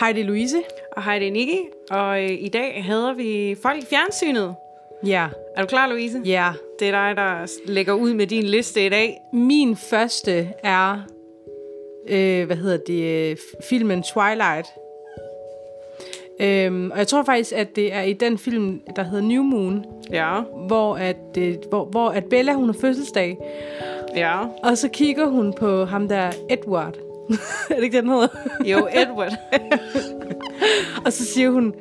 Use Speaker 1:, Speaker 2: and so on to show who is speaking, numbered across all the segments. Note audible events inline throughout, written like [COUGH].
Speaker 1: Heidi Louise.
Speaker 2: Og hej, det er Nikki. Og øh, i dag hader vi folk i fjernsynet.
Speaker 1: Ja.
Speaker 2: Er du klar, Louise?
Speaker 1: Ja.
Speaker 2: Det er dig, der s- lægger ud med din liste i dag.
Speaker 1: Min første er, øh, hvad hedder det, øh, f- filmen Twilight. Øhm, og jeg tror faktisk, at det er i den film, der hedder New Moon,
Speaker 2: Ja,
Speaker 1: hvor, at, øh, hvor, hvor at Bella hun har fødselsdag,
Speaker 2: ja.
Speaker 1: og så kigger hun på ham der Edward. [LAUGHS] er det ikke det, han hedder?
Speaker 2: Jo, Edward.
Speaker 1: Og så siger hun,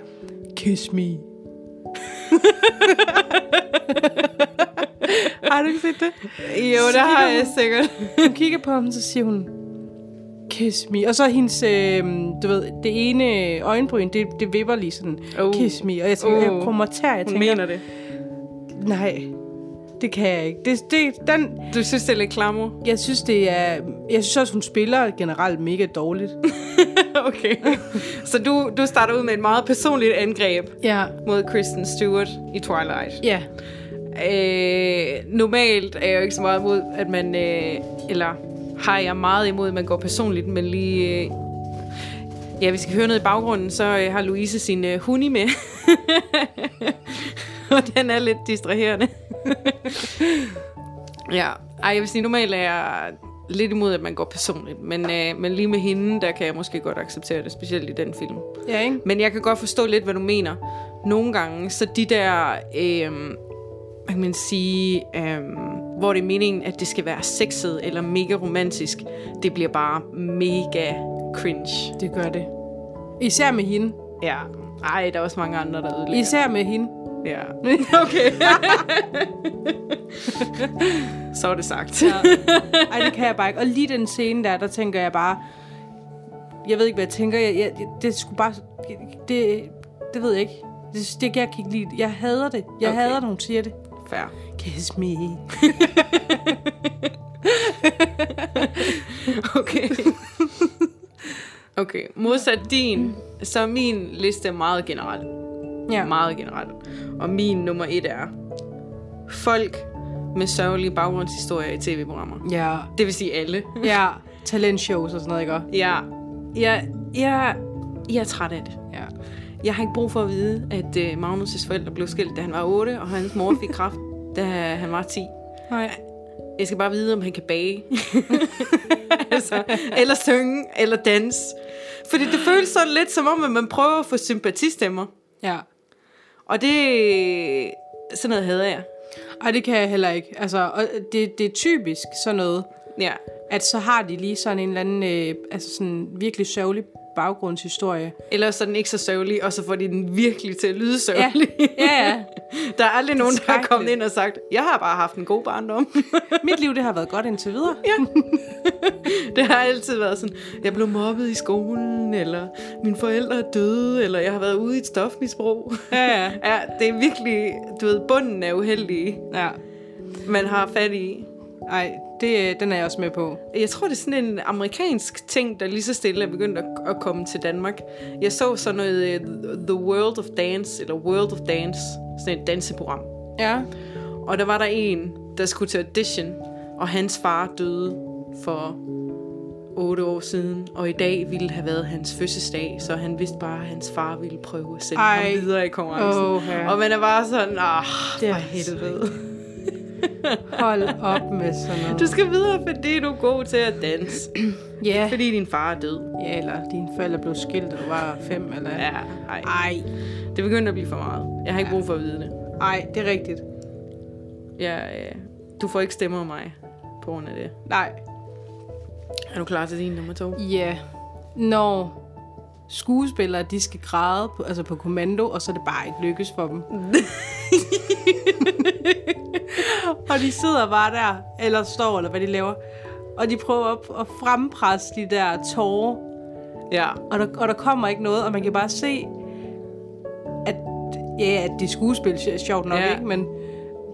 Speaker 1: kiss me. har du ikke set det?
Speaker 2: [LAUGHS] Jo, det har jeg sikkert.
Speaker 1: Hun kigger på ham, så siger hun, kiss me. Og så er hendes, øh, du ved, det ene øjenbryn, det, det vipper lige sådan,
Speaker 2: Oh.
Speaker 1: oh. kiss me. Og jeg tænker,
Speaker 2: Oh.
Speaker 1: oh. jeg kommer tær, jeg
Speaker 2: Hun
Speaker 1: tænker,
Speaker 2: mener det.
Speaker 1: nej, det kan jeg ikke. Det, det, den,
Speaker 2: Du synes, det er lidt klammer?
Speaker 1: jeg synes, det er, jeg synes også, hun spiller generelt mega dårligt.
Speaker 2: [LAUGHS] Okay. Så du, du starter ud med et meget personligt angreb
Speaker 1: [LAUGHS] ja.
Speaker 2: mod Kristen Stewart i Twilight.
Speaker 1: Ja.
Speaker 2: Øh, normalt er jeg jo ikke så meget imod, at man... Øh, eller har jeg meget imod, at man går personligt, men lige... Øh, ja, hvis I kan høre noget i baggrunden, så øh, har Louise sin øh, huni med. [LAUGHS] Og den er lidt distraherende. [LAUGHS] ja, ej, jeg vil sige, normalt er jeg lidt imod, at man går personligt, men, øh, men lige med hende, der kan jeg måske godt acceptere det, specielt i den film.
Speaker 1: Ja, ikke?
Speaker 2: Men jeg kan godt forstå lidt, hvad du mener. Nogle gange, så de der, øh, hvad kan man sige, øh, hvor det er meningen, at det skal være sexet eller mega romantisk, det bliver bare mega cringe.
Speaker 1: Det gør det. Især med hende.
Speaker 2: Ja. Ej, der er også mange andre, der ødelægger.
Speaker 1: Især med hende. [LAUGHS]
Speaker 2: Ja. [LAUGHS] Okay. så er det sagt. Ja.
Speaker 1: Ej, det kan jeg bare ikke. Og lige den scene der, der tænker jeg bare... Jeg ved ikke, hvad jeg tænker. Jeg, jeg, jeg- det skulle bare... Det, det ved jeg ikke. Det, det kan jeg ikke lide. Jeg hader det. Jeg
Speaker 2: Okay.
Speaker 1: okay. hader, når hun siger det.
Speaker 2: Fair.
Speaker 1: Kiss me.
Speaker 2: Okay. [LAUGHS] Okay, modsat din, så er min liste meget generel.
Speaker 1: Ja.
Speaker 2: meget generelt. Og min nummer et er folk med sørgelige baggrundshistorier i tv-programmer.
Speaker 1: Ja.
Speaker 2: Det vil sige alle.
Speaker 1: Ja. Talentshows og sådan noget, ikke? også?
Speaker 2: Jeg, jeg, jeg, jeg er træt af det.
Speaker 1: Ja.
Speaker 2: Jeg har ikke brug for at vide, at øh, Magnus' forældre blev skilt, da han var 8, og hans mor fik kraft, [LAUGHS] da han var 10.
Speaker 1: Nej.
Speaker 2: Jeg skal bare vide, om han kan bage. [LAUGHS] altså, eller synge, eller danse. Fordi det føles sådan lidt som om, at man prøver at få sympatistemmer.
Speaker 1: Ja.
Speaker 2: Og det... Sådan noget hader jeg.
Speaker 1: Og det kan jeg heller ikke. Altså, og det, det er typisk sådan noget,
Speaker 2: Ja.
Speaker 1: at så har de lige sådan en eller anden, øh, altså sådan virkelig sørgelig baggrundshistorie.
Speaker 2: Eller så er den ikke så sørgelig, og så får de den virkelig til at lyde
Speaker 1: Ja,
Speaker 2: sørgelig.
Speaker 1: ja, ja.
Speaker 2: [LAUGHS] Der er aldrig nogen, der er
Speaker 1: skrækkeligt.
Speaker 2: kommet ind og sagt, jeg har bare haft en god barndom. [LAUGHS]
Speaker 1: Mit liv, det har været godt indtil videre.
Speaker 2: det har altid været sådan, jeg blev mobbet i skolen, eller mine forældre er døde, eller jeg har været ude i et stofmisbrug.
Speaker 1: Ja, ja.
Speaker 2: [LAUGHS] ja, det er virkelig, du ved, bunden er uheldig,
Speaker 1: Ja.
Speaker 2: man har fat i.
Speaker 1: Nej, det, øh, den er jeg også med på.
Speaker 2: Jeg tror, det er sådan en amerikansk ting, der lige så stille er begyndt at, at komme til Danmark. Jeg så sådan noget øh, The World of Dance, eller World of Dance, sådan et danseprogram.
Speaker 1: Ja.
Speaker 2: Og der var der en, der skulle til audition, og hans far døde for otte år siden, og i dag ville have været hans fødselsdag, så han vidste bare, at hans far ville prøve at sende Ej.
Speaker 1: Ej.
Speaker 2: ham videre i konkurrencen.
Speaker 1: Åha.
Speaker 2: Og man er bare sådan, ah,
Speaker 1: Det er
Speaker 2: for helvede.
Speaker 1: Hold op med sådan noget.
Speaker 2: Du skal videre, fordi du er god til at danse.
Speaker 1: Ja.
Speaker 2: Fordi din far er død.
Speaker 1: ja, eller dine forældre blev skilt, og du var fem, eller...
Speaker 2: Ja, ej.
Speaker 1: Ej,
Speaker 2: Det begynder at blive for meget. Jeg har ikke brug for at vide det.
Speaker 1: ej, det er rigtigt.
Speaker 2: Jeg, øh, du får ikke stemmer af mig på grund af det.
Speaker 1: Nej.
Speaker 2: Er du klar til din nummer to?
Speaker 1: Ja. Når skuespillere, de skal græde på, altså på kommando, og så er det bare ikke lykkes for [LAUGHS] dem. og de sidder bare der, eller står, eller hvad de laver, og de prøver at, at frempresse de der tårer,
Speaker 2: Ja.
Speaker 1: og der, og der kommer ikke noget, og man kan bare se, at ja, at det er skuespil, sj- sjovt nok,
Speaker 2: Ja.
Speaker 1: ja. ikke? Men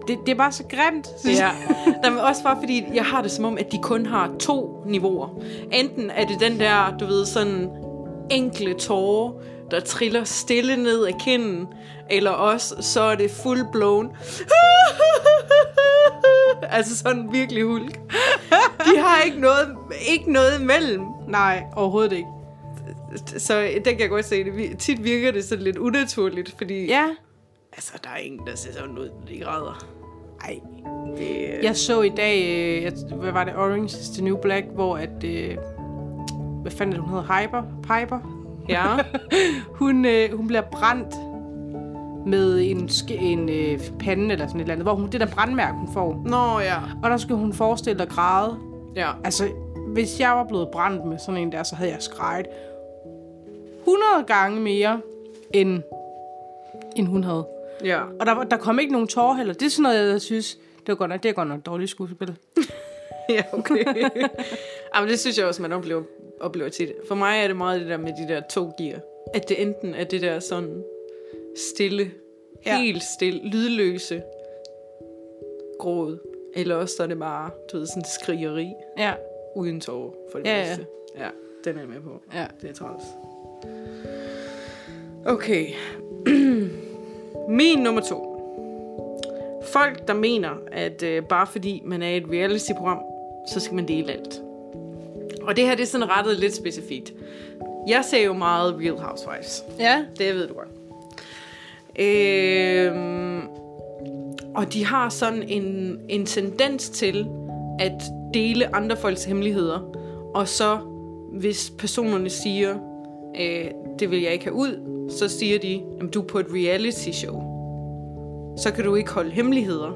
Speaker 1: det, det er bare så grimt, synes
Speaker 2: Ja.
Speaker 1: jeg.
Speaker 2: Nej, men også bare fordi, jeg har det som om, at de kun har to niveauer. Enten er det den der, du ved, sådan enkle tårer, der triller stille ned af kinden, eller også så er det full blown. [LAUGHS] altså sådan virkelig hulk. De har ikke noget, ikke noget imellem.
Speaker 1: Nej, overhovedet ikke.
Speaker 2: så den kan jeg godt se. Det vi- tit virker det sådan lidt unaturligt, fordi
Speaker 1: Ja.
Speaker 2: altså, der er ingen, der ser sådan ud, når de græder. Ej. Det, øh,
Speaker 1: Jeg så i dag, øh, jeg, hvad var det, Orange is the New Black, hvor at, øh, hvad fanden er det, hun hedder, Hyper, Piper,
Speaker 2: ja.
Speaker 1: hun, øh, hun bliver brændt med en, ske- en øh, pande eller sådan et eller andet, hvor hun, det der brandmærke, hun får.
Speaker 2: Nå, ja.
Speaker 1: Og der skal hun forestille at græde.
Speaker 2: Ja.
Speaker 1: Altså, hvis jeg var blevet brændt med sådan en der, så havde jeg skrejet 100 gange mere, end, end hun havde.
Speaker 2: Ja.
Speaker 1: Og der, var- der kom ikke nogen tårer heller. Det er sådan noget, jeg synes, det var godt nok, det er godt nok dårligt skuespil.
Speaker 2: [LAUGHS] Ja, okay. Jamen, det synes jeg også, man oplever, oplever tit. For mig er det meget det der med de der to gear. At det enten er det der sådan stille, ja.
Speaker 1: Ja.
Speaker 2: helt stille, lydløse gråd. Eller også så er det bare, du ved, sådan skrigeri
Speaker 1: Ja.
Speaker 2: uden tårer for det
Speaker 1: Ja, ja.
Speaker 2: meste. Ja. den er jeg med på.
Speaker 1: ja.
Speaker 2: Det er træls. Okay. [CLEARS THROAT] Min nummer to. Folk, der mener, at øh, bare fordi man er i et reality-program, så skal man dele alt. Og det her det er sådan rettet lidt specifikt. Jeg ser jo meget Real Housewives.
Speaker 1: Ja.
Speaker 2: Det ved du godt. Øhm, og de har sådan en, en tendens til at dele andre folks hemmeligheder. Og så, hvis personerne siger, øh, det vil jeg ikke have ud, så siger de, at du er på et reality show. Så kan du ikke holde hemmeligheder.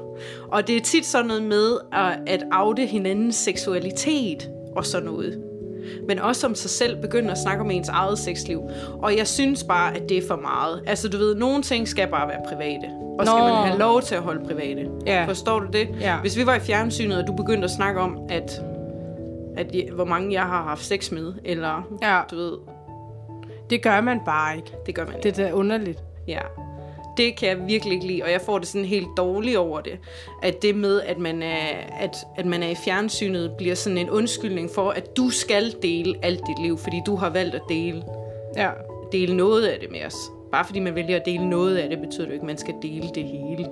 Speaker 2: Og det er tit sådan noget med at, at oute hinandens seksualitet og sådan noget men også om sig selv begynde at snakke om ens eget sexliv. Og jeg synes bare, at det er for meget. Altså du ved, nogle ting skal bare være private. Og skal
Speaker 1: Nå.
Speaker 2: man have lov til at holde private.
Speaker 1: Ja.
Speaker 2: Forstår du det?
Speaker 1: Ja.
Speaker 2: Hvis vi var i fjernsynet, og du begyndte at snakke om, at, at je- hvor mange jeg har haft sex med, eller
Speaker 1: Ja.
Speaker 2: du ved,
Speaker 1: Det gør man bare ikke.
Speaker 2: det gør man ikke.
Speaker 1: Det er da underligt.
Speaker 2: Ja. Det kan jeg virkelig ikke lide, og jeg får det sådan helt dårligt over det. At det med, at man er, at, at man er i fjernsynet, bliver sådan en undskyldning for, at du skal dele alt dit liv, fordi du har valgt at dele
Speaker 1: Ja.
Speaker 2: dele noget af det med os. Bare fordi man vælger at dele noget af det, betyder det jo ikke, at man skal dele det hele.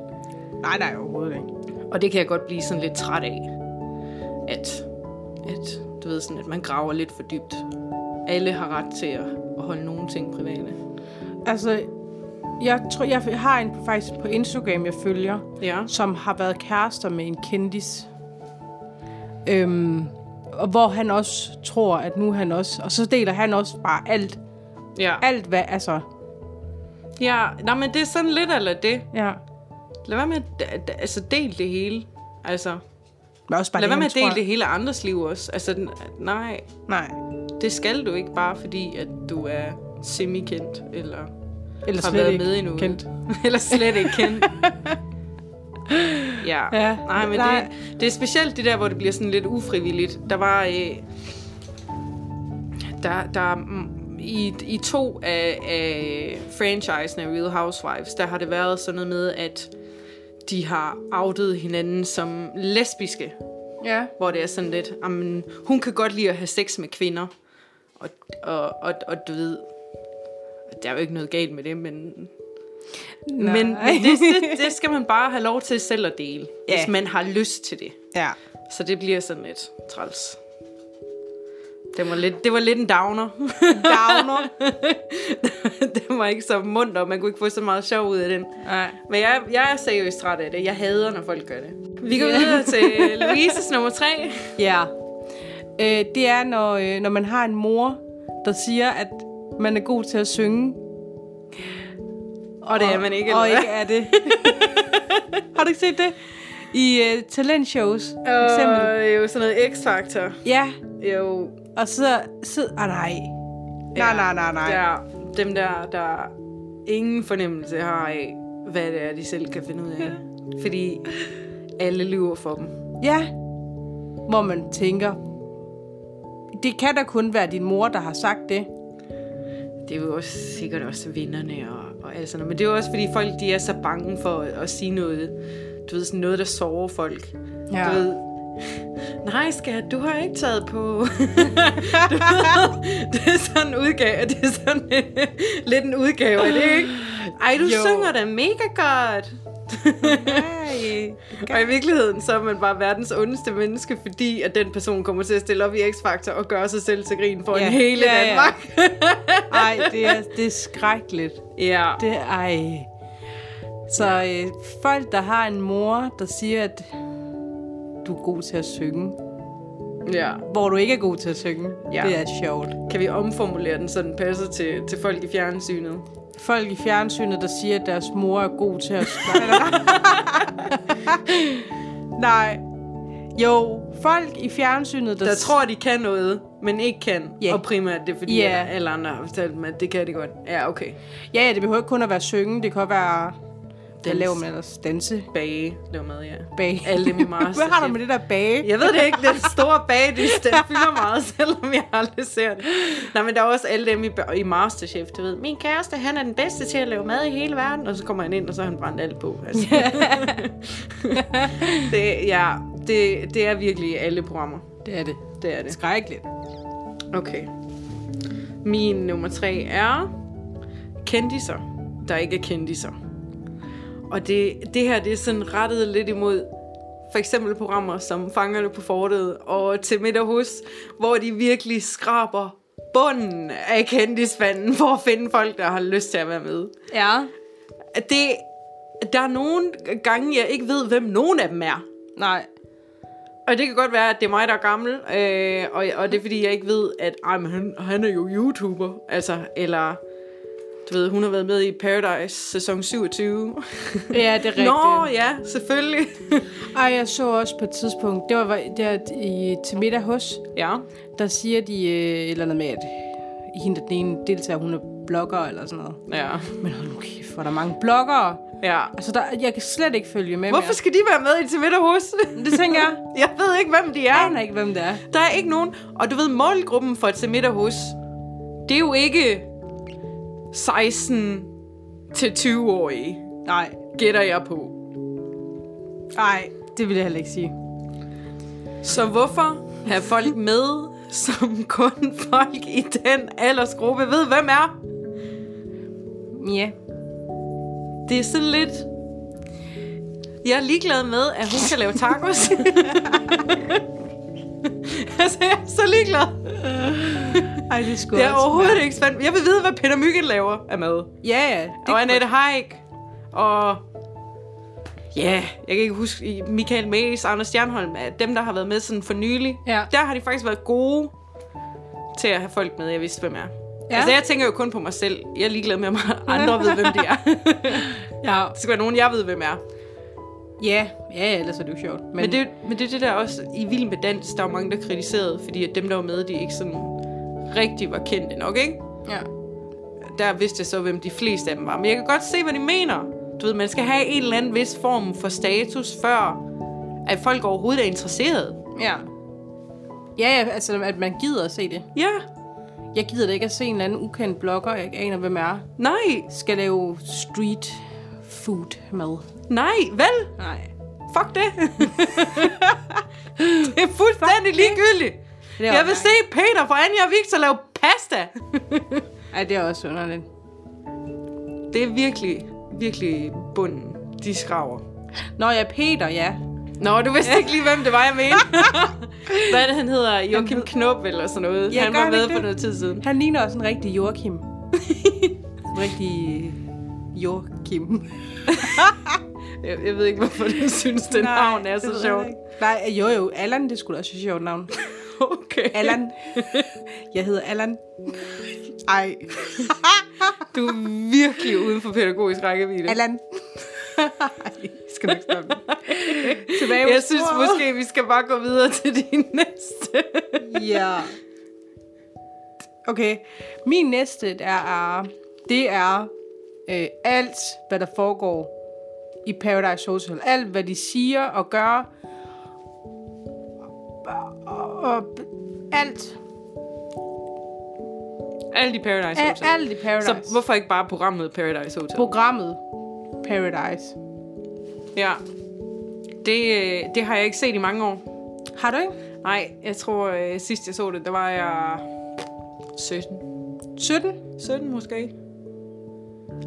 Speaker 1: Nej, nej, overhovedet ikke.
Speaker 2: Og det kan jeg godt blive sådan lidt træt af. At, at, du ved, sådan, at man graver lidt for dybt. Alle har ret til at, at holde nogle ting private.
Speaker 1: Altså, jeg tror, jeg har en på- faktisk på Instagram, jeg følger,
Speaker 2: Ja.
Speaker 1: som har været kærester med en kendis. Øhm, og hvor han også tror, at nu er han også... Og så deler han også bare alt.
Speaker 2: Ja.
Speaker 1: Alt hvad... Altså,
Speaker 2: ja. Nå, men det er sådan lidt eller det.
Speaker 1: ja.
Speaker 2: Lad være med at d- d- altså, del det hele. Altså,
Speaker 1: Men også bare
Speaker 2: lad være med
Speaker 1: han
Speaker 2: at dele
Speaker 1: tror-
Speaker 2: det hele af andres liv også. Altså, den- nej,
Speaker 1: Nej.
Speaker 2: det skal du ikke bare fordi, at du er semi-kendt, eller
Speaker 1: Eller
Speaker 2: har
Speaker 1: slet
Speaker 2: været
Speaker 1: ikke
Speaker 2: med i noget.
Speaker 1: Kendt.
Speaker 2: [LAUGHS] Eller slet ikke
Speaker 1: [LAUGHS]
Speaker 2: kendt. ja.
Speaker 1: Ja,
Speaker 2: Nej, men
Speaker 1: nej.
Speaker 2: Det, det er specielt det der, hvor det bliver sådan lidt ufrivilligt. Der var... Øh, der, der mm, i, I to af, af franchisene af Real Housewives, der har det været sådan noget med, at de har outet hinanden som lesbiske
Speaker 1: Ja.
Speaker 2: hvor det er sådan lidt, jamen, hun kan godt lide at have sex med kvinder, og, og, og, og du ved, der er jo ikke noget galt med det, men,
Speaker 1: Nej.
Speaker 2: men det, det, det skal man bare have lov til selv at dele, ja. hvis
Speaker 1: Ja.
Speaker 2: man har lyst til det.
Speaker 1: [LAUGHS] Ja.
Speaker 2: Så det bliver sådan lidt træls. Det var lidt, det var lidt en downer. [LAUGHS]
Speaker 1: Downer.
Speaker 2: det var ikke så mundt, og man kunne ikke få så meget sjov ud af den.
Speaker 1: Nej.
Speaker 2: Men jeg, jeg er seriøst træt af det. Jeg hader, når folk gør det. Vi går videre til Louises nummer tre.
Speaker 1: Ja. Øh, det er, når, øh, når man har en mor, der siger, at man er god til at synge.
Speaker 2: Og det er man ikke,
Speaker 1: Og
Speaker 2: eller
Speaker 1: ikke er det. [LAUGHS] har du ikke set det? I øh, talentshows, for eksempel.
Speaker 2: Og jo sådan noget X-Factor.
Speaker 1: Ja,
Speaker 2: Jo,
Speaker 1: og så sidder... Ah, nej. Nej, nej, nej, nej.
Speaker 2: der, dem der, der ingen fornemmelse har af, hvad det er, de selv kan finde ud af. Fordi alle lyver for dem.
Speaker 1: Ja. Hvor man tænker... Det kan da kun være din mor, der har sagt det.
Speaker 2: Det er jo også sikkert også vinderne og, og alt sådan noget. Men det er jo også, fordi folk de er så bange for at, at sige noget. Du ved, sådan noget, der sover folk.
Speaker 1: Ja.
Speaker 2: Du ved, [LAUGHS] nej skat, du har ikke taget på.
Speaker 1: [LAUGHS]
Speaker 2: du ved, [LAUGHS] det er sådan en udgave, det er sådan en, lidt en udgave, er det ikke? Ej, du jo.
Speaker 1: Jo.
Speaker 2: synger da mega godt.
Speaker 1: Nej.
Speaker 2: Og i virkeligheden, så er man bare verdens ondeste menneske, fordi at den person kommer til at stille op i X-Factor og gøre sig selv til grin for
Speaker 1: Ja.
Speaker 2: en hele
Speaker 1: Ja, ja.
Speaker 2: Danmark.
Speaker 1: Ej, det er, det er skrækkeligt.
Speaker 2: Ja.
Speaker 1: Det er, ej. Så øh, folk, der har en mor, der siger, at du er god til at synge,
Speaker 2: ja.
Speaker 1: hvor du ikke er god til at synge,
Speaker 2: Ja.
Speaker 1: ja. det er sjovt.
Speaker 2: Kan vi omformulere den, så den passer til, til folk i fjernsynet?
Speaker 1: Folk i fjernsynet, der siger, at deres mor er god til at synge. [LAUGHS] Nej. Jo, folk i fjernsynet, der,
Speaker 2: Der tror, de kan noget, men ikke kan.
Speaker 1: Ja.
Speaker 2: Og primært det er, fordi
Speaker 1: Ja.
Speaker 2: yeah. alle andre har fortalt dem, at det kan det godt. Ja, okay.
Speaker 1: Ja, ja, det behøver ikke kun at være synge, det kan også være... Hvad
Speaker 2: Dans.
Speaker 1: laver man ellers? Danse?
Speaker 2: Bage, det var med, ja.
Speaker 1: Bage? [LAUGHS]
Speaker 2: Alle dem i Masterchef.
Speaker 1: Hvad har du med det der bage?
Speaker 2: Jeg ved det ikke, den store bagdyst, den fylder meget, selvom jeg aldrig ser den. Nej, men der er også alle dem i, i Masterchef, du ved. Min kæreste, han er den bedste til at lave mad i hele verden. Og så kommer han ind, og så har han brændt alt på. Altså. [LAUGHS] det, ja, det, det er virkelig i alle programmer.
Speaker 1: Det er det.
Speaker 2: Det er
Speaker 1: Det er
Speaker 2: det.
Speaker 1: skrækkeligt.
Speaker 2: Okay. Min nummer tre er kendiser, der ikke er kendiser. Og det, det her, det er sådan rettet lidt imod for eksempel programmer som Fangerne på Fortet og Til middag hos, hvor de virkelig skraber bunden af kendisfanden for at finde folk, der har lyst til at være med.
Speaker 1: Ja.
Speaker 2: At Det, der er nogle gange, jeg ikke ved, hvem nogen af dem er.
Speaker 1: Nej.
Speaker 2: Og det kan godt være, at det er mig, der er gammel, øh, og, og det er fordi, jeg ikke ved, at ej, men han, han er jo YouTuber, altså, eller, du ved, hun har været med i Paradise sæson 27.
Speaker 1: Ja, det er
Speaker 2: [LAUGHS]
Speaker 1: rigtigt.
Speaker 2: Nå, ja,
Speaker 1: [LAUGHS]
Speaker 2: selvfølgelig.
Speaker 1: Ej, jeg så også på et tidspunkt, det var der i, til middag hos,
Speaker 2: ja.
Speaker 1: der siger de øh, et eller andet med, at hende den ene deltager, hun er blogger eller sådan noget.
Speaker 2: Ja.
Speaker 1: Men hold nu kæft, hvor er der mange bloggere.
Speaker 2: ja.
Speaker 1: Altså, der, jeg kan slet ikke følge med
Speaker 2: Hvorfor skal de være med i Til middag hos?
Speaker 1: mere. Det tænker jeg.
Speaker 2: [LAUGHS] jeg ved ikke, hvem de
Speaker 1: Jeg
Speaker 2: er.
Speaker 1: aner ikke, hvem det er.
Speaker 2: Der er ikke nogen. Og du ved, målgruppen for Til middag hos, det er jo ikke 16 til 20-årige,
Speaker 1: Nej,
Speaker 2: gætter jeg på.
Speaker 1: nej, det vil jeg heller ikke sige.
Speaker 2: Så hvorfor have folk med, som kun folk i den aldersgruppe ved, hvem er?
Speaker 1: Ja.
Speaker 2: Det er sådan lidt... Jeg er ligeglad med, at hun kan lave tacos. [LAUGHS] altså, jeg er så ligeglad.
Speaker 1: Ej, det er sgu
Speaker 2: Det er
Speaker 1: også-
Speaker 2: overhovedet ikke spændende. Jeg vil vide, hvad Peter Myggen laver af mad.
Speaker 1: Ja, ja.
Speaker 2: Det og Annette Haik. Og... Ja, yeah, jeg kan ikke huske i Michael Mays, Anders Stjernholm, at dem, der har været med sådan for nylig,
Speaker 1: Ja.
Speaker 2: der har de faktisk været gode til at have folk med, jeg vidste, hvem er. Ja. Altså, jeg tænker jo kun på mig selv. Jeg er ligeglad med, om andre ved, hvem de [LAUGHS] er.
Speaker 1: ja.
Speaker 2: Det skal være nogen, jeg ved, hvem er.
Speaker 1: Ja, ja, ja, ellers er det jo sjovt. Men,
Speaker 2: Men, det, men det er det der også i Vild med Dans, der var mange, der kritiserede, fordi at dem, der var med, de ikke sådan rigtig var kendte nok, ikke?
Speaker 1: Ja.
Speaker 2: der vidste jeg så, hvem de fleste af dem var. Men jeg kan godt se, hvad de mener. Du ved, man skal have en eller anden vis form for status, før at folk overhovedet er interesserede.
Speaker 1: Ja. Ja, ja, altså, at man gider at se det.
Speaker 2: Ja,
Speaker 1: Jeg gider da ikke at se en eller anden ukendt blogger, jeg ikke aner, hvem er.
Speaker 2: nej,
Speaker 1: Skal lave street food mad.
Speaker 2: nej, vel?
Speaker 1: Nej.
Speaker 2: Fuck det. [LAUGHS] det er fuldstændig ligegyldigt.
Speaker 1: Det er
Speaker 2: Jeg vil
Speaker 1: også-
Speaker 2: se Peter fra Anja og Victor lave pasta.
Speaker 1: Ej, det er også underligt.
Speaker 2: [LAUGHS] det er virkelig, virkelig bunden, de skraver.
Speaker 1: Nå ja, Peter, ja.
Speaker 2: Nå, du vidste ikke lige, hvem det var, jeg mente. [LAUGHS] Hvad er det, han hedder? Joachim Knop eller sådan noget.
Speaker 1: Ja,
Speaker 2: han
Speaker 1: gør
Speaker 2: var
Speaker 1: han
Speaker 2: med
Speaker 1: ikke
Speaker 2: for
Speaker 1: det?
Speaker 2: noget tid siden.
Speaker 1: Han ligner også en rigtig [LAUGHS] Joachim. en rigtig øh, Joachim.
Speaker 2: Jeg, jeg ved ikke, hvorfor du synes, [LAUGHS] den Nej, navn er så sjovt.
Speaker 1: Nej, øh, jo jo, Allan, det skulle da også være et sjovt navn.
Speaker 2: [LAUGHS] Okay. [LAUGHS]
Speaker 1: Allan. Jeg hedder Allan.
Speaker 2: Ej. [LAUGHS] du er virkelig uden for pædagogisk rækkevidde.
Speaker 1: Allan.
Speaker 2: skal nok stoppe.
Speaker 1: Tilbage på
Speaker 2: Jeg synes
Speaker 1: sporet.
Speaker 2: måske, vi skal bare gå videre til din næste.
Speaker 1: Ja. Okay. Min næste der er, det er øh, alt, hvad der foregår i Paradise Hotel. Alt, hvad de siger og gør. Og, og alt.
Speaker 2: Alt i Paradise
Speaker 1: Al,
Speaker 2: Hotel.
Speaker 1: alt i Paradise.
Speaker 2: Så hvorfor ikke bare programmet Paradise Hotel?
Speaker 1: Programmet Paradise.
Speaker 2: Ja. Det, øh, det har jeg ikke set i mange år.
Speaker 1: Har du ikke?
Speaker 2: Nej, jeg tror øh, sidst jeg så det, der var jeg 17.
Speaker 1: 17?
Speaker 2: 17 måske.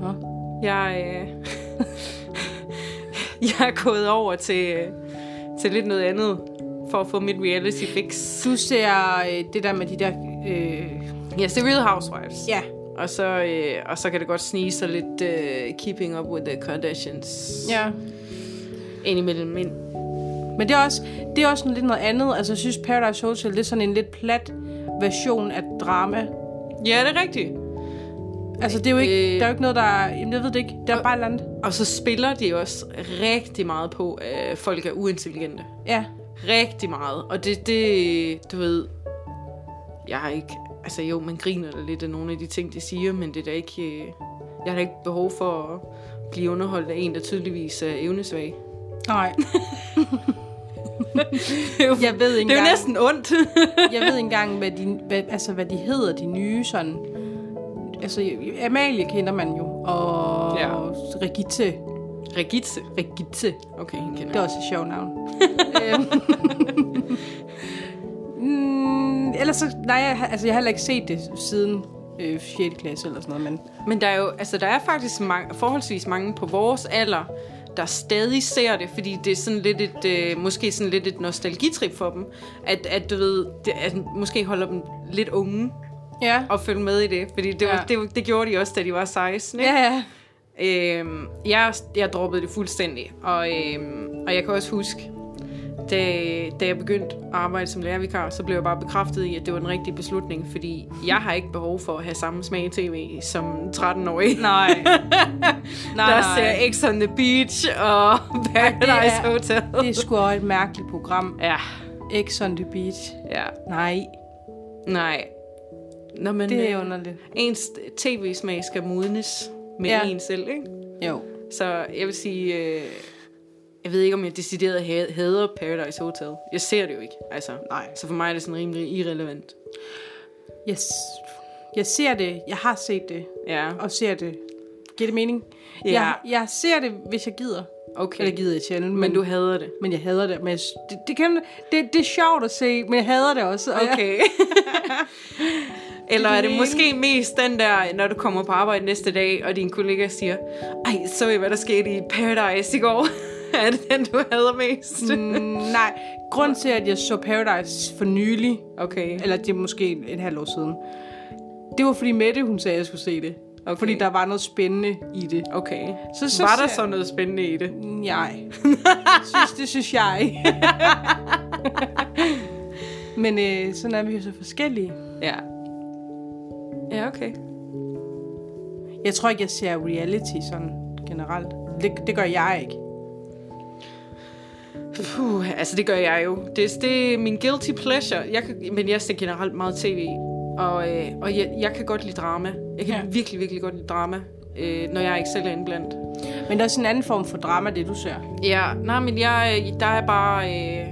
Speaker 1: Nå.
Speaker 2: Jeg, øh, [LAUGHS] jeg er gået over til, øh, til lidt noget andet for at få mit reality fix.
Speaker 1: Du ser øh, det der med de der... Øh,
Speaker 2: Ja, yes, det er Real Housewives.
Speaker 1: ja,
Speaker 2: Og så, øh, og så kan det godt snige sig lidt øh, keeping up with the Kardashians.
Speaker 1: ja.
Speaker 2: Indimellem, men
Speaker 1: Men det er også, det er også sådan lidt noget andet. Altså, jeg synes Paradise Hotel, det er sådan en lidt plat version af drama.
Speaker 2: Ja, det er rigtigt.
Speaker 1: Altså, det er jo ikke,
Speaker 2: Øh.
Speaker 1: der er jo ikke noget, der er... Jamen, jeg ved det ikke. Der er bare et eller andet.
Speaker 2: Og så spiller de også rigtig meget på, at folk er uintelligente.
Speaker 1: Ja.
Speaker 2: Rigtig meget. Og det, det du ved, jeg har ikke... Altså jo, man griner da lidt af nogle af de ting, de siger, men det er da ikke... øh, Jeg har da ikke behov for at blive underholdt af en, der tydeligvis er evnesvag. [LAUGHS]
Speaker 1: Nej.
Speaker 2: Det er jo,
Speaker 1: Jeg ved ikke
Speaker 2: det er jo
Speaker 1: engang-
Speaker 2: næsten ondt.
Speaker 1: Jeg ved ikke engang, hvad de, hvad, altså, hvad de hedder, de nye sådan... Altså, Amalie kender man jo, og
Speaker 2: Ja.
Speaker 1: ja. Regitze.
Speaker 2: Regitze.
Speaker 1: Regitze.
Speaker 2: Okay, hende kender
Speaker 1: Det er også et sjovt navn. Øhm. [LAUGHS] mm, ellers så, nej, jeg, har- altså, jeg har heller ikke set det siden øh, 6. klasse eller sådan noget, men
Speaker 2: Men der er jo, altså der er faktisk mange, forholdsvis mange på vores alder, der stadig ser det, fordi det er sådan lidt et, øh, måske sådan lidt et nostalgitrip for dem, at, at du ved, det, at måske holder dem lidt unge
Speaker 1: ja.
Speaker 2: at følge med i det, fordi det, ja. var,
Speaker 1: Ja.
Speaker 2: det, var- det gjorde de også, da de var 16. Ikke?
Speaker 1: Ja, ja.
Speaker 2: Øhm, jeg, jeg droppede det fuldstændig, og, øhm, og jeg kan også huske, da, da jeg begyndte at arbejde som lærervikar, så blev jeg bare bekræftet i, at det var den rigtige beslutning, fordi jeg har ikke behov for at have samme smag i tv som 13-årig. [LAUGHS]
Speaker 1: Nej. nej,
Speaker 2: der
Speaker 1: nej.
Speaker 2: ser X on the Beach og [LAUGHS] Paradise
Speaker 1: Ej, det er-
Speaker 2: Hotel.
Speaker 1: Det er sgu også et mærkeligt program.
Speaker 2: Ja,
Speaker 1: X on the Beach.
Speaker 2: ja.
Speaker 1: Nej,
Speaker 2: Nej. Nå, men
Speaker 1: det er
Speaker 2: øh,
Speaker 1: underligt.
Speaker 2: ens tv-smag skal modnes med ja.
Speaker 1: Ja.
Speaker 2: en selv, ikke?
Speaker 1: Jo.
Speaker 2: Så jeg vil sige, øh, jeg ved ikke, om jeg decideret ha- hader Paradise Hotel. Jeg ser det jo ikke, altså.
Speaker 1: Nej.
Speaker 2: Så for mig er det sådan rimelig irrelevant.
Speaker 1: Jeg, s- jeg ser det. Jeg har set det.
Speaker 2: Ja,
Speaker 1: Og ser det. Giver det mening?
Speaker 2: Ja.
Speaker 1: Jeg, jeg ser det, hvis jeg gider.
Speaker 2: okay.
Speaker 1: Eller gider jeg sjældent.
Speaker 2: Men du hader det.
Speaker 1: Men jeg hader det. Men jeg, s- det, det, kan, det, det er sjovt at se, men jeg hader det også. Og Jeg,
Speaker 2: Okay. [LAUGHS] Eller er det måske mest den der, når du kommer på arbejde næste dag, og din kollega siger, ej, så I, hvad der skete i Paradise i går? [LAUGHS] er det den, du hader mest?
Speaker 1: mm, nej, grund til, at jeg så Paradise for nylig,
Speaker 2: Okay.
Speaker 1: eller det er måske en, en halv år siden, det var fordi Mette, hun sagde, at jeg skulle se det.
Speaker 2: Okay.
Speaker 1: Fordi der var noget spændende i det.
Speaker 2: Okay.
Speaker 1: Så,
Speaker 2: Så var der
Speaker 1: ser-
Speaker 2: så noget spændende i det?
Speaker 1: Nej. synes, det synes jeg. [LAUGHS] ikke. Men øh, sådan er vi jo så forskellige.
Speaker 2: Ja. Ja, okay.
Speaker 1: Jeg tror ikke, jeg ser reality sådan generelt. Det, det gør jeg ikke.
Speaker 2: Puh, altså det gør jeg jo. Det, er- det er min guilty pleasure. Jeg kan, men jeg ser generelt meget tv. Og, øh, og jeg, jeg kan godt lide drama. Jeg kan ja.
Speaker 1: Ja.
Speaker 2: virkelig, virkelig godt lide drama. Øh, når jeg ikke selv er indblandet.
Speaker 1: Men der er sådan en anden form for drama, det du ser.
Speaker 2: Ja, nej, men jeg, øh, der er bare... Øh,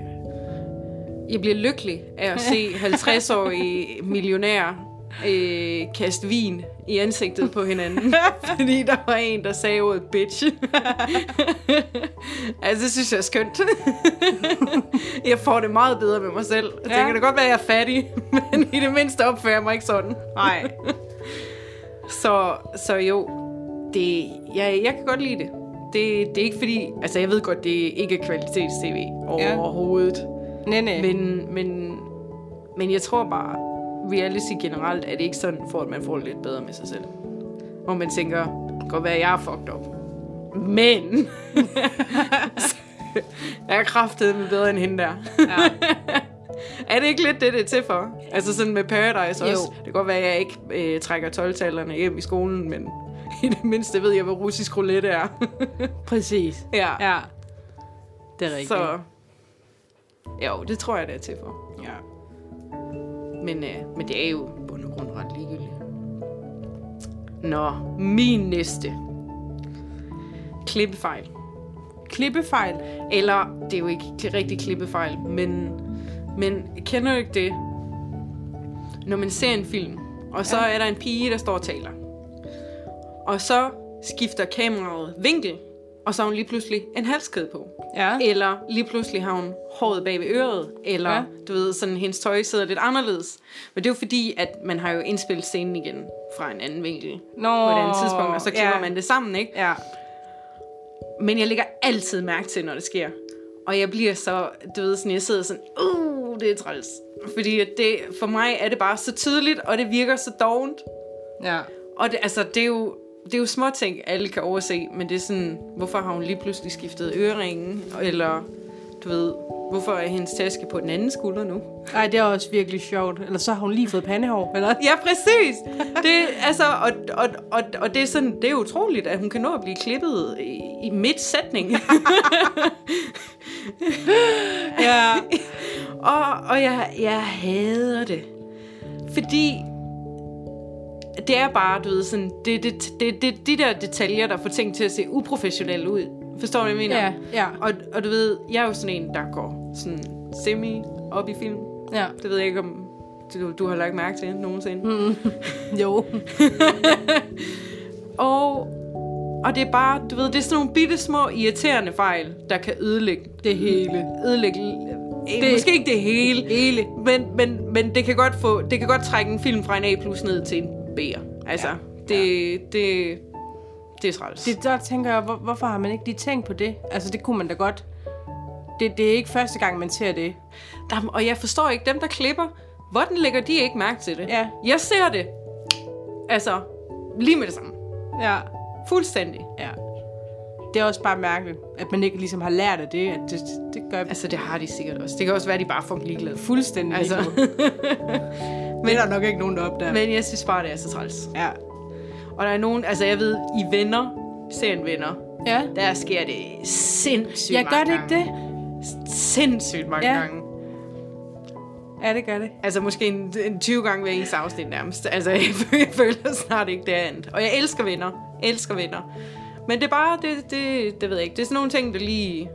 Speaker 2: jeg bliver lykkelig af at
Speaker 1: [LAUGHS]
Speaker 2: se 50-årige millionærer øh, kaste vin i ansigtet på
Speaker 1: [LAUGHS]
Speaker 2: hinanden. fordi der var en, der sagde ordet bitch. altså, det synes jeg er skønt. [LAUGHS] jeg får det meget bedre med mig selv. Jeg
Speaker 1: Ja.
Speaker 2: tænker, det kan godt være, at jeg er fattig, [LAUGHS] men i det mindste opfører jeg mig ikke sådan.
Speaker 1: Nej.
Speaker 2: Så, så jo, det, jeg, jeg kan godt lide det. det. Det er ikke fordi... Altså, jeg ved godt, det ikke er kvalitets-tv overhovedet.
Speaker 1: nej, nej.
Speaker 2: Men, men, men jeg tror bare, reality generelt er det ikke sådan, for at man får det lidt bedre med sig selv. Hvor man tænker, det kan godt være, at jeg er fucked up. Men... [LAUGHS] jeg er kraftedeme bedre end hende der.
Speaker 1: Ja.
Speaker 2: [LAUGHS] Er det ikke lidt det, det er til for? Altså sådan med Paradise
Speaker 1: Jo.
Speaker 2: også. Det kan godt være, at jeg ikke øh, trækker 12-tallerne hjem i skolen, men [LAUGHS] i det mindste ved jeg, hvad russisk roulette er.
Speaker 1: Præcis.
Speaker 2: [LAUGHS] ja.
Speaker 1: Ja. Det er rigtigt.
Speaker 2: Så jo, det tror jeg, det er til for.
Speaker 1: Ja.
Speaker 2: Men, øh, men det er jo i bund og grund ret ligegyldigt. Nå, min næste. Klippefejl.
Speaker 1: Klippefejl.
Speaker 2: Eller, det er jo ikke kli- rigtig klippefejl, men, men kender du ikke det? Når man ser en film, og så ja. er der en pige, der står og taler. Og så skifter kameraet vinkel, og så har hun lige pludselig en halskæde på.
Speaker 1: Ja.
Speaker 2: Eller lige pludselig har hun håret bag ved øret, eller ja.
Speaker 1: Ja.
Speaker 2: du ved, sådan hendes tøj sidder lidt anderledes. Men det er jo fordi, at man har jo indspillet scenen igen fra en anden vinkel
Speaker 1: Nå,
Speaker 2: på et andet tidspunkt, og så klipper
Speaker 1: ja.
Speaker 2: man det sammen, ikke?
Speaker 1: Ja.
Speaker 2: Men jeg lægger altid mærke til, når det sker. Og jeg bliver så, du ved, sådan, jeg sidder sådan, uh, det er træls. Fordi at det, for mig er det bare så tydeligt, og det virker så dovent.
Speaker 1: Ja.
Speaker 2: Og det, altså, det er jo, det er jo små ting, alle kan overse, men det er sådan, hvorfor har hun lige pludselig skiftet øreringen? Eller, du ved, hvorfor er hendes taske på den anden skulder nu?
Speaker 1: Ej, det er også virkelig sjovt. Eller så har hun lige fået pandehår, eller?
Speaker 2: Ja, præcis! [LAUGHS] Det, altså, og, og, og, og det, er sådan, det er utroligt, at hun kan nå at blive klippet i, i midtsætning.
Speaker 1: [LAUGHS] Ja.
Speaker 2: og [LAUGHS] og jeg, jeg hader det. Fordi det er bare, du ved, sådan, det, det, det, det, de der detaljer, der får ting til at se uprofessionelle ud. Forstår du, hvad jeg mener?
Speaker 1: Ja, ja.
Speaker 2: Og, og du ved, jeg er jo sådan en, der går sådan semi op i film.
Speaker 1: Ja.
Speaker 2: Det ved jeg ikke, om du, du har lagt mærke til nogensinde. Mm.
Speaker 1: Jo.
Speaker 2: Og, og det er bare, du ved, det er sådan nogle bitte små irriterende fejl, der kan ødelægge
Speaker 1: Det hele.
Speaker 2: ødelægge det,
Speaker 1: Det-
Speaker 2: måske ikke det hele,
Speaker 1: Hele.
Speaker 2: men, men, men det kan godt få det kan godt trække en film fra en A+ ned til en B'er. Altså, ja. det, det det er træls. Det,
Speaker 1: Det, der tænker jeg, hvor, hvorfor har man ikke lige tænkt på det? Altså, det kunne man da godt. Det, det er ikke første gang, man ser det.
Speaker 2: der, og jeg forstår ikke dem der klipper. Hvordan lægger de ikke mærke til det?
Speaker 1: Ja.
Speaker 2: Jeg ser det. Altså lige med det samme.
Speaker 1: Ja.
Speaker 2: Fuldstændig.
Speaker 1: Ja. Det er også bare mærkeligt, at man ikke ligesom har lært af det, at det, det gør altså,
Speaker 2: Altså det har de sikkert også. Det kan også være at de bare er fucking ligeglade.
Speaker 1: fuldstændig
Speaker 2: Altså.
Speaker 1: altså. [LAUGHS] Men der er nok ikke nogen, der opdager.
Speaker 2: [LAUGHS] Men jeg synes bare det er så træls.
Speaker 1: Ja.
Speaker 2: Og der er nogen, altså jeg ved i venner, serien venner,
Speaker 1: Ja.
Speaker 2: der sker det sindssygt
Speaker 1: Jeg
Speaker 2: mange
Speaker 1: gør det
Speaker 2: gange.
Speaker 1: ikke det.
Speaker 2: sindssygt mange ja.
Speaker 1: Ja.
Speaker 2: gange.
Speaker 1: Ja, det gør det.
Speaker 2: Altså måske en, en 20 gange hver eneste afsnit nærmest. Altså [LAUGHS] jeg, jeg føler snart ikke det er andet. Og jeg elsker venner. Elsker venner. Men det er bare, det, det, det ved jeg ikke. Det er sådan nogle ting, der lige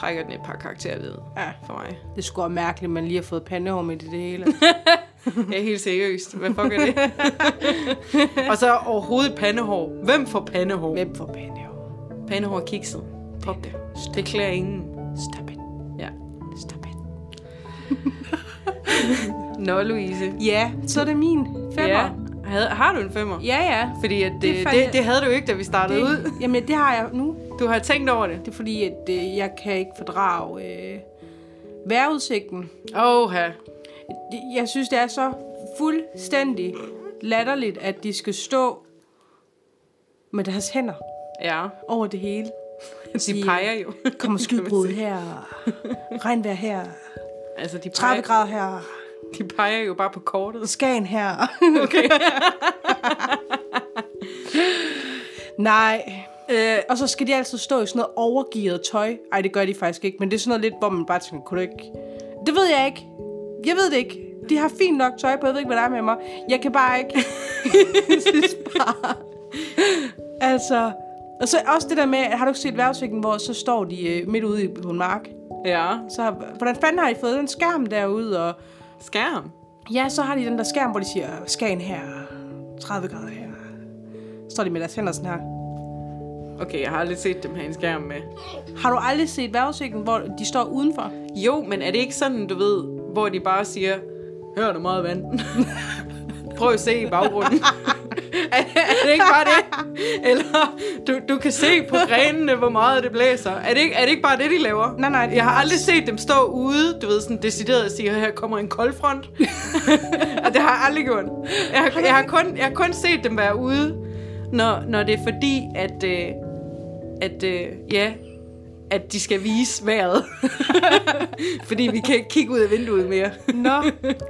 Speaker 2: trækker den et par karakterer ved
Speaker 1: Ja.
Speaker 2: for mig.
Speaker 1: Det skulle sgu mærkeligt, at man lige har fået pandehår med det, det [LAUGHS] hele.
Speaker 2: Jeg er helt seriøst. Hvad fuck er det? [LAUGHS] og så overhovedet pandehår. Hvem får pandehår?
Speaker 1: Hvem får pandehår?
Speaker 2: Pandehår er kikset. Pop det. Det klæder ingen.
Speaker 1: Stop it.
Speaker 2: Ja.
Speaker 1: Stop it.
Speaker 2: Nå, Louise.
Speaker 1: Ja, så er det min femmer.
Speaker 2: Ja. Havde- Har du en femmer?
Speaker 1: ja. ja.
Speaker 2: Fordi at det,
Speaker 1: Det er
Speaker 2: det,
Speaker 1: faktisk-
Speaker 2: det, det havde du ikke, da vi startede ud.
Speaker 1: Det, jamen, det har jeg nu.
Speaker 2: Du har tænkt over det.
Speaker 1: Det er fordi, at øh, jeg kan ikke fordrage øh, vejrudsigten.
Speaker 2: Åh, ja.
Speaker 1: Det- Jeg synes, det er så fuldstændig latterligt, at de skal stå med deres hænder
Speaker 2: Ja.
Speaker 1: over det hele.
Speaker 2: De peger jo. [LAUGHS]
Speaker 1: Kommer skydbrud her, regnvejr her,
Speaker 2: altså, de
Speaker 1: 30
Speaker 2: peger,
Speaker 1: grader her,
Speaker 2: de peger jo bare på kortet.
Speaker 1: Skagen her. [LAUGHS] Nej. Øh, og så skal de altid stå i sådan noget overgearet tøj. Ej, det gør de faktisk ikke, men det er sådan noget lidt, hvor man bare tænker, kunne du ikke... Det ved jeg ikke. Jeg ved det ikke. De har fint nok tøj på, jeg ved ikke, hvad der er med mig. Jeg kan bare ikke... Jeg synes bare... Altså... Og så også det der med, har du ikke set værvsvikken, hvor så står de øh, midt ude i på en mark?
Speaker 2: Ja.
Speaker 1: Så har- hvordan fanden har I fået den skærm derude, og
Speaker 2: Skærm.
Speaker 1: Ja, så har de den der skærm, hvor de siger, Skagen her, 30 grader her. Så står de med deres hænder sådan her.
Speaker 2: Okay, jeg har aldrig set dem have en skærm med.
Speaker 1: Har du aldrig set vejrudsigten, hvor de står udenfor?
Speaker 2: Jo, men er det ikke sådan, du ved, hvor de bare siger, her er der meget vand. Prøv at se i
Speaker 1: [LAUGHS]
Speaker 2: baggrunden. er, det- er det ikke bare det? Eller du, du kan se på grenene, hvor meget det blæser. Er det ikke, er det ikke bare det, de laver?
Speaker 1: Nej, nej,
Speaker 2: Jeg har aldrig set dem stå ude, du ved, sådan decideret og sige, her kommer en koldfront.
Speaker 1: [LAUGHS]
Speaker 2: og det har jeg aldrig gjort. Jeg har, jeg har, kun, jeg har kun set dem være ude, når, når det er fordi, at, øh, at, øh, ja, at de skal vise vejret. [LAUGHS] fordi vi kan ikke kigge ud af vinduet mere.
Speaker 1: [LAUGHS] Nå.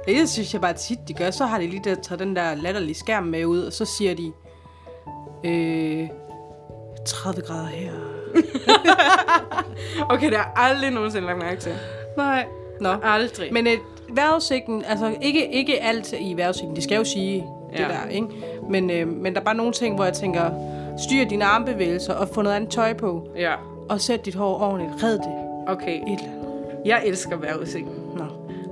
Speaker 1: Det synes [LAUGHS] jeg bare tit, de gør. Så har de lige der, taget den der latterlige skærm med ud, og så siger de, øh, 30 grader her.
Speaker 2: Okay, det har jeg aldrig nogensinde lagt mærke til.
Speaker 1: Nej. Nå.
Speaker 2: Aldrig. Men
Speaker 1: Men øh, vejrudsigten, altså ikke, ikke alt i vejrudsigten, de skal jo sige det
Speaker 2: Ja.
Speaker 1: ja. der, ikke? Men, øh, men der er bare nogle ting, hvor jeg tænker, styr dine armbevægelser og få noget andet tøj på.
Speaker 2: ja,
Speaker 1: og sæt dit hår ordentligt. Red det.
Speaker 2: okay.
Speaker 1: Et eller andet.
Speaker 2: Jeg elsker vejrudsigten.
Speaker 1: Nå.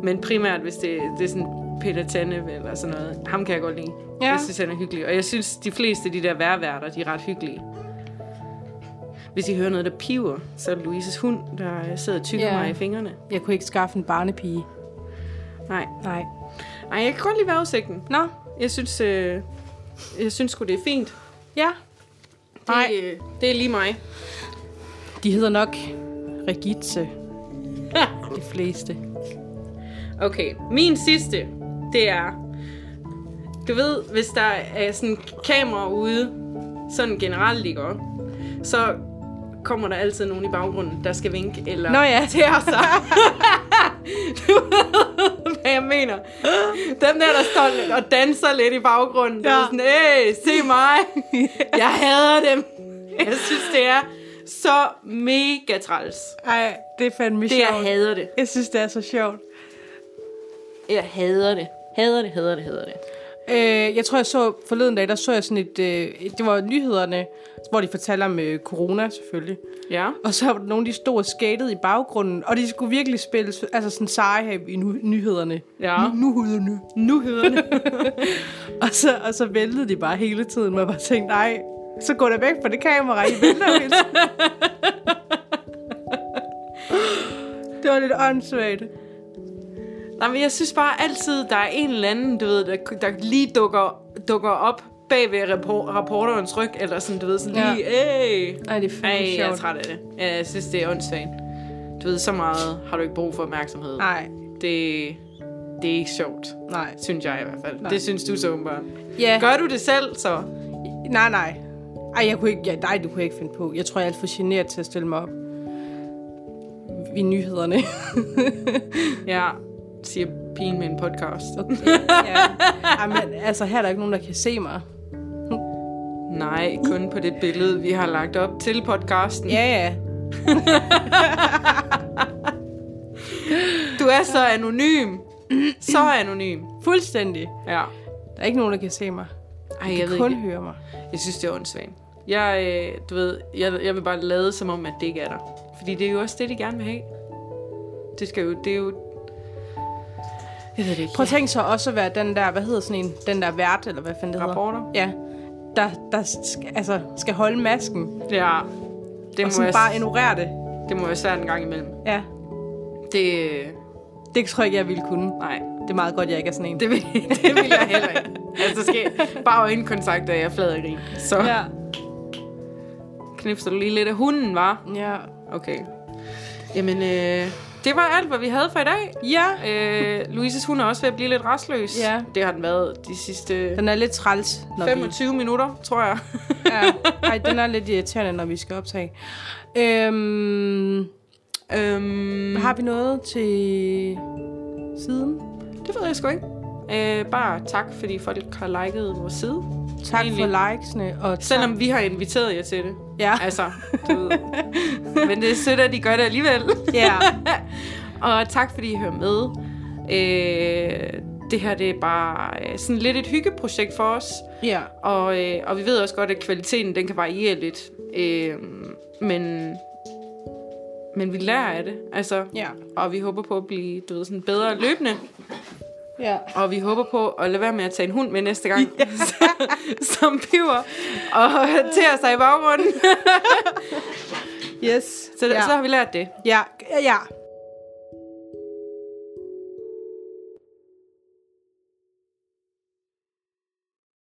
Speaker 2: Men primært, hvis det, det er sådan Peter Tannev eller sådan noget. Ham kan jeg godt lide. Ja.
Speaker 1: Ja.
Speaker 2: Jeg synes, han er hyggelig. Og jeg synes, de fleste af de der værværter, de er ret hyggelige. Hvis I hører noget, der piver, så er det Louises hund, der øh, sidder og tykker
Speaker 1: Ja.
Speaker 2: mig i fingrene.
Speaker 1: Jeg kunne ikke skaffe en barnepige.
Speaker 2: Nej.
Speaker 1: Nej.
Speaker 2: Nej, jeg kan godt lide vejrudsigten.
Speaker 1: Nå.
Speaker 2: Jeg synes, øh, jeg synes sgu, det er fint.
Speaker 1: Ja.
Speaker 2: Det,
Speaker 1: Nej.
Speaker 2: øh, det er lige mig. [LAUGHS]
Speaker 1: De hedder nok Regitze, de fleste.
Speaker 2: Okay, min sidste, det er... Du ved, hvis der er sådan kamera ude, sådan generelt ikke også, så kommer der altid nogen i baggrunden, der skal vinke, eller...
Speaker 1: Nå ja.
Speaker 2: til [LAUGHS] os. du ved, hvad jeg mener. Dem der, der står lidt og danser lidt i baggrunden, ja. der
Speaker 1: Ja.
Speaker 2: er sådan, hey, se
Speaker 1: [LAUGHS]
Speaker 2: mig. jeg hader dem. Jeg synes, det er så mega træls.
Speaker 1: Ej, det er fandme
Speaker 2: Det, jeg hader det.
Speaker 1: Jeg synes, det er så sjovt.
Speaker 2: Jeg hader det. Hader det, hader det, hader det.
Speaker 1: Øh, jeg tror, jeg så forleden dag, der så jeg sådan et... Øh, det var nyhederne, hvor de fortalte om øh, corona, selvfølgelig.
Speaker 2: Ja.
Speaker 1: Og så var der nogen, de stod og skatede i baggrunden, og de skulle virkelig spille altså sådan seje her i nu, nyhederne.
Speaker 2: Ja.
Speaker 1: Nu, nu hederne.
Speaker 2: Nu hedder det.
Speaker 1: Og så, og så væltede de bare hele tiden, og jeg bare tænkte, nej, så går der væk fra det kamera, I vælter jo hele [LAUGHS] tiden." Det var lidt åndssvagt.
Speaker 2: [LAUGHS] Nej, men jeg synes bare altid, der er en eller anden, du ved, der, der lige dukker, dukker op bag ved rappor- rapporterens ryg, eller sådan, du ved, sådan
Speaker 1: Ja.
Speaker 2: lige, hey.
Speaker 1: Ej, det er fandme
Speaker 2: Ej, jeg er
Speaker 1: sjovt.
Speaker 2: træt af det. Jeg synes, det er åndssvagt. Du ved, så meget har du ikke brug for opmærksomhed.
Speaker 1: Nej,
Speaker 2: Det, det er ikke sjovt,
Speaker 1: nej.
Speaker 2: synes jeg i hvert fald. Nej.
Speaker 1: Nej.
Speaker 2: Det synes du så åbenbart.
Speaker 1: Ja.
Speaker 2: Gør du det selv, så?
Speaker 1: Nej, nej. Ej, jeg kunne ikke, ja, nej, du kunne jeg ikke finde på. Jeg tror, jeg er alt for generet til at stille mig op i nyhederne.
Speaker 2: Ja, siger pigen med en podcast.
Speaker 1: [LAUGHS] Okay, ja. Ej, men, altså, her er der ikke nogen, der kan se mig.
Speaker 2: Nej, kun på det billede, vi har lagt op til podcasten.
Speaker 1: Ja, ja.
Speaker 2: Du er så
Speaker 1: [CLEARS THROAT]
Speaker 2: anonym. Så anonym.
Speaker 1: Fuldstændig.
Speaker 2: Ja.
Speaker 1: Der er ikke nogen, der kan se mig.
Speaker 2: Ej,
Speaker 1: De
Speaker 2: jeg
Speaker 1: kan
Speaker 2: ved
Speaker 1: kun
Speaker 2: ikke.
Speaker 1: høre mig.
Speaker 2: Jeg synes, det er åndssvagt. Jeg, øh, du ved, jeg, jeg vil bare lade som om, at det ikke er der. Fordi det er jo også det, de gerne vil have. Det skal jo, det er jo... Jeg ved det ikke.
Speaker 1: Prøv at tænke så også at være den der, hvad hedder sådan en, den der vært, eller hvad fanden det hedder?
Speaker 2: Rapporter?
Speaker 1: Ja, der, der skal, altså, skal holde masken, det
Speaker 2: Ja. Det
Speaker 1: og
Speaker 2: må,
Speaker 1: sådan
Speaker 2: jeg,
Speaker 1: bare ignorere det.
Speaker 2: det må være svært en gang imellem.
Speaker 1: Ja,
Speaker 2: Det... øh,
Speaker 1: det tror jeg ikke, jeg ville kunne.
Speaker 2: Nej.
Speaker 1: Det er meget godt, jeg ikke er sådan en.
Speaker 2: Det vil, [LAUGHS] det vil jeg heller ikke. Altså, skal bare øjenkontakt, og jeg er flad af grin. Så ja.
Speaker 1: Ja.
Speaker 2: knipser du lige lidt af hunden, var?
Speaker 1: Ja.
Speaker 2: Okay. Jamen, øh, det var alt, hvad vi havde for i dag.
Speaker 1: Ja.
Speaker 2: Øh, Louises hund er også ved at blive lidt rastløs.
Speaker 1: Ja.
Speaker 2: Det har den været de sidste
Speaker 1: Den er lidt træls, når vi...
Speaker 2: 25 minutter, tror jeg.
Speaker 1: Ja. Ej, den er lidt irriterende, når vi skal optage. Øhm,
Speaker 2: øhm,
Speaker 1: har vi noget til siden?
Speaker 2: det ved jeg sgu ikke. Øh, bare tak, fordi folk har liket vores side.
Speaker 1: Tak
Speaker 2: Egentlig.
Speaker 1: for likesene. Og tak. Ah.
Speaker 2: Selvom vi har inviteret jer til det.
Speaker 1: Ja.
Speaker 2: Altså, du ved. Men det er sødt, at de gør det alligevel. [LAUGHS]
Speaker 1: Ja.
Speaker 2: Og tak, fordi I hører med. Øh, det her det er bare øh, sådan lidt et hyggeprojekt for os.
Speaker 1: Ja.
Speaker 2: Og, øh, og vi ved også godt, at kvaliteten den kan variere lidt. Øh, men, men vi lærer af det. Altså,
Speaker 1: Ja.
Speaker 2: Og vi håber på at blive du ved, sådan bedre løbende.
Speaker 1: Ja.
Speaker 2: Og vi håber på at lade være med at tage en hund med
Speaker 1: [LAUGHS]
Speaker 2: næste gang, ja. som piver og tærer
Speaker 1: [LAUGHS]
Speaker 2: sig i baggrunden.
Speaker 1: Yes.
Speaker 2: Så, ja.
Speaker 1: ja.
Speaker 2: så har vi lært det.
Speaker 1: Ja. Ja.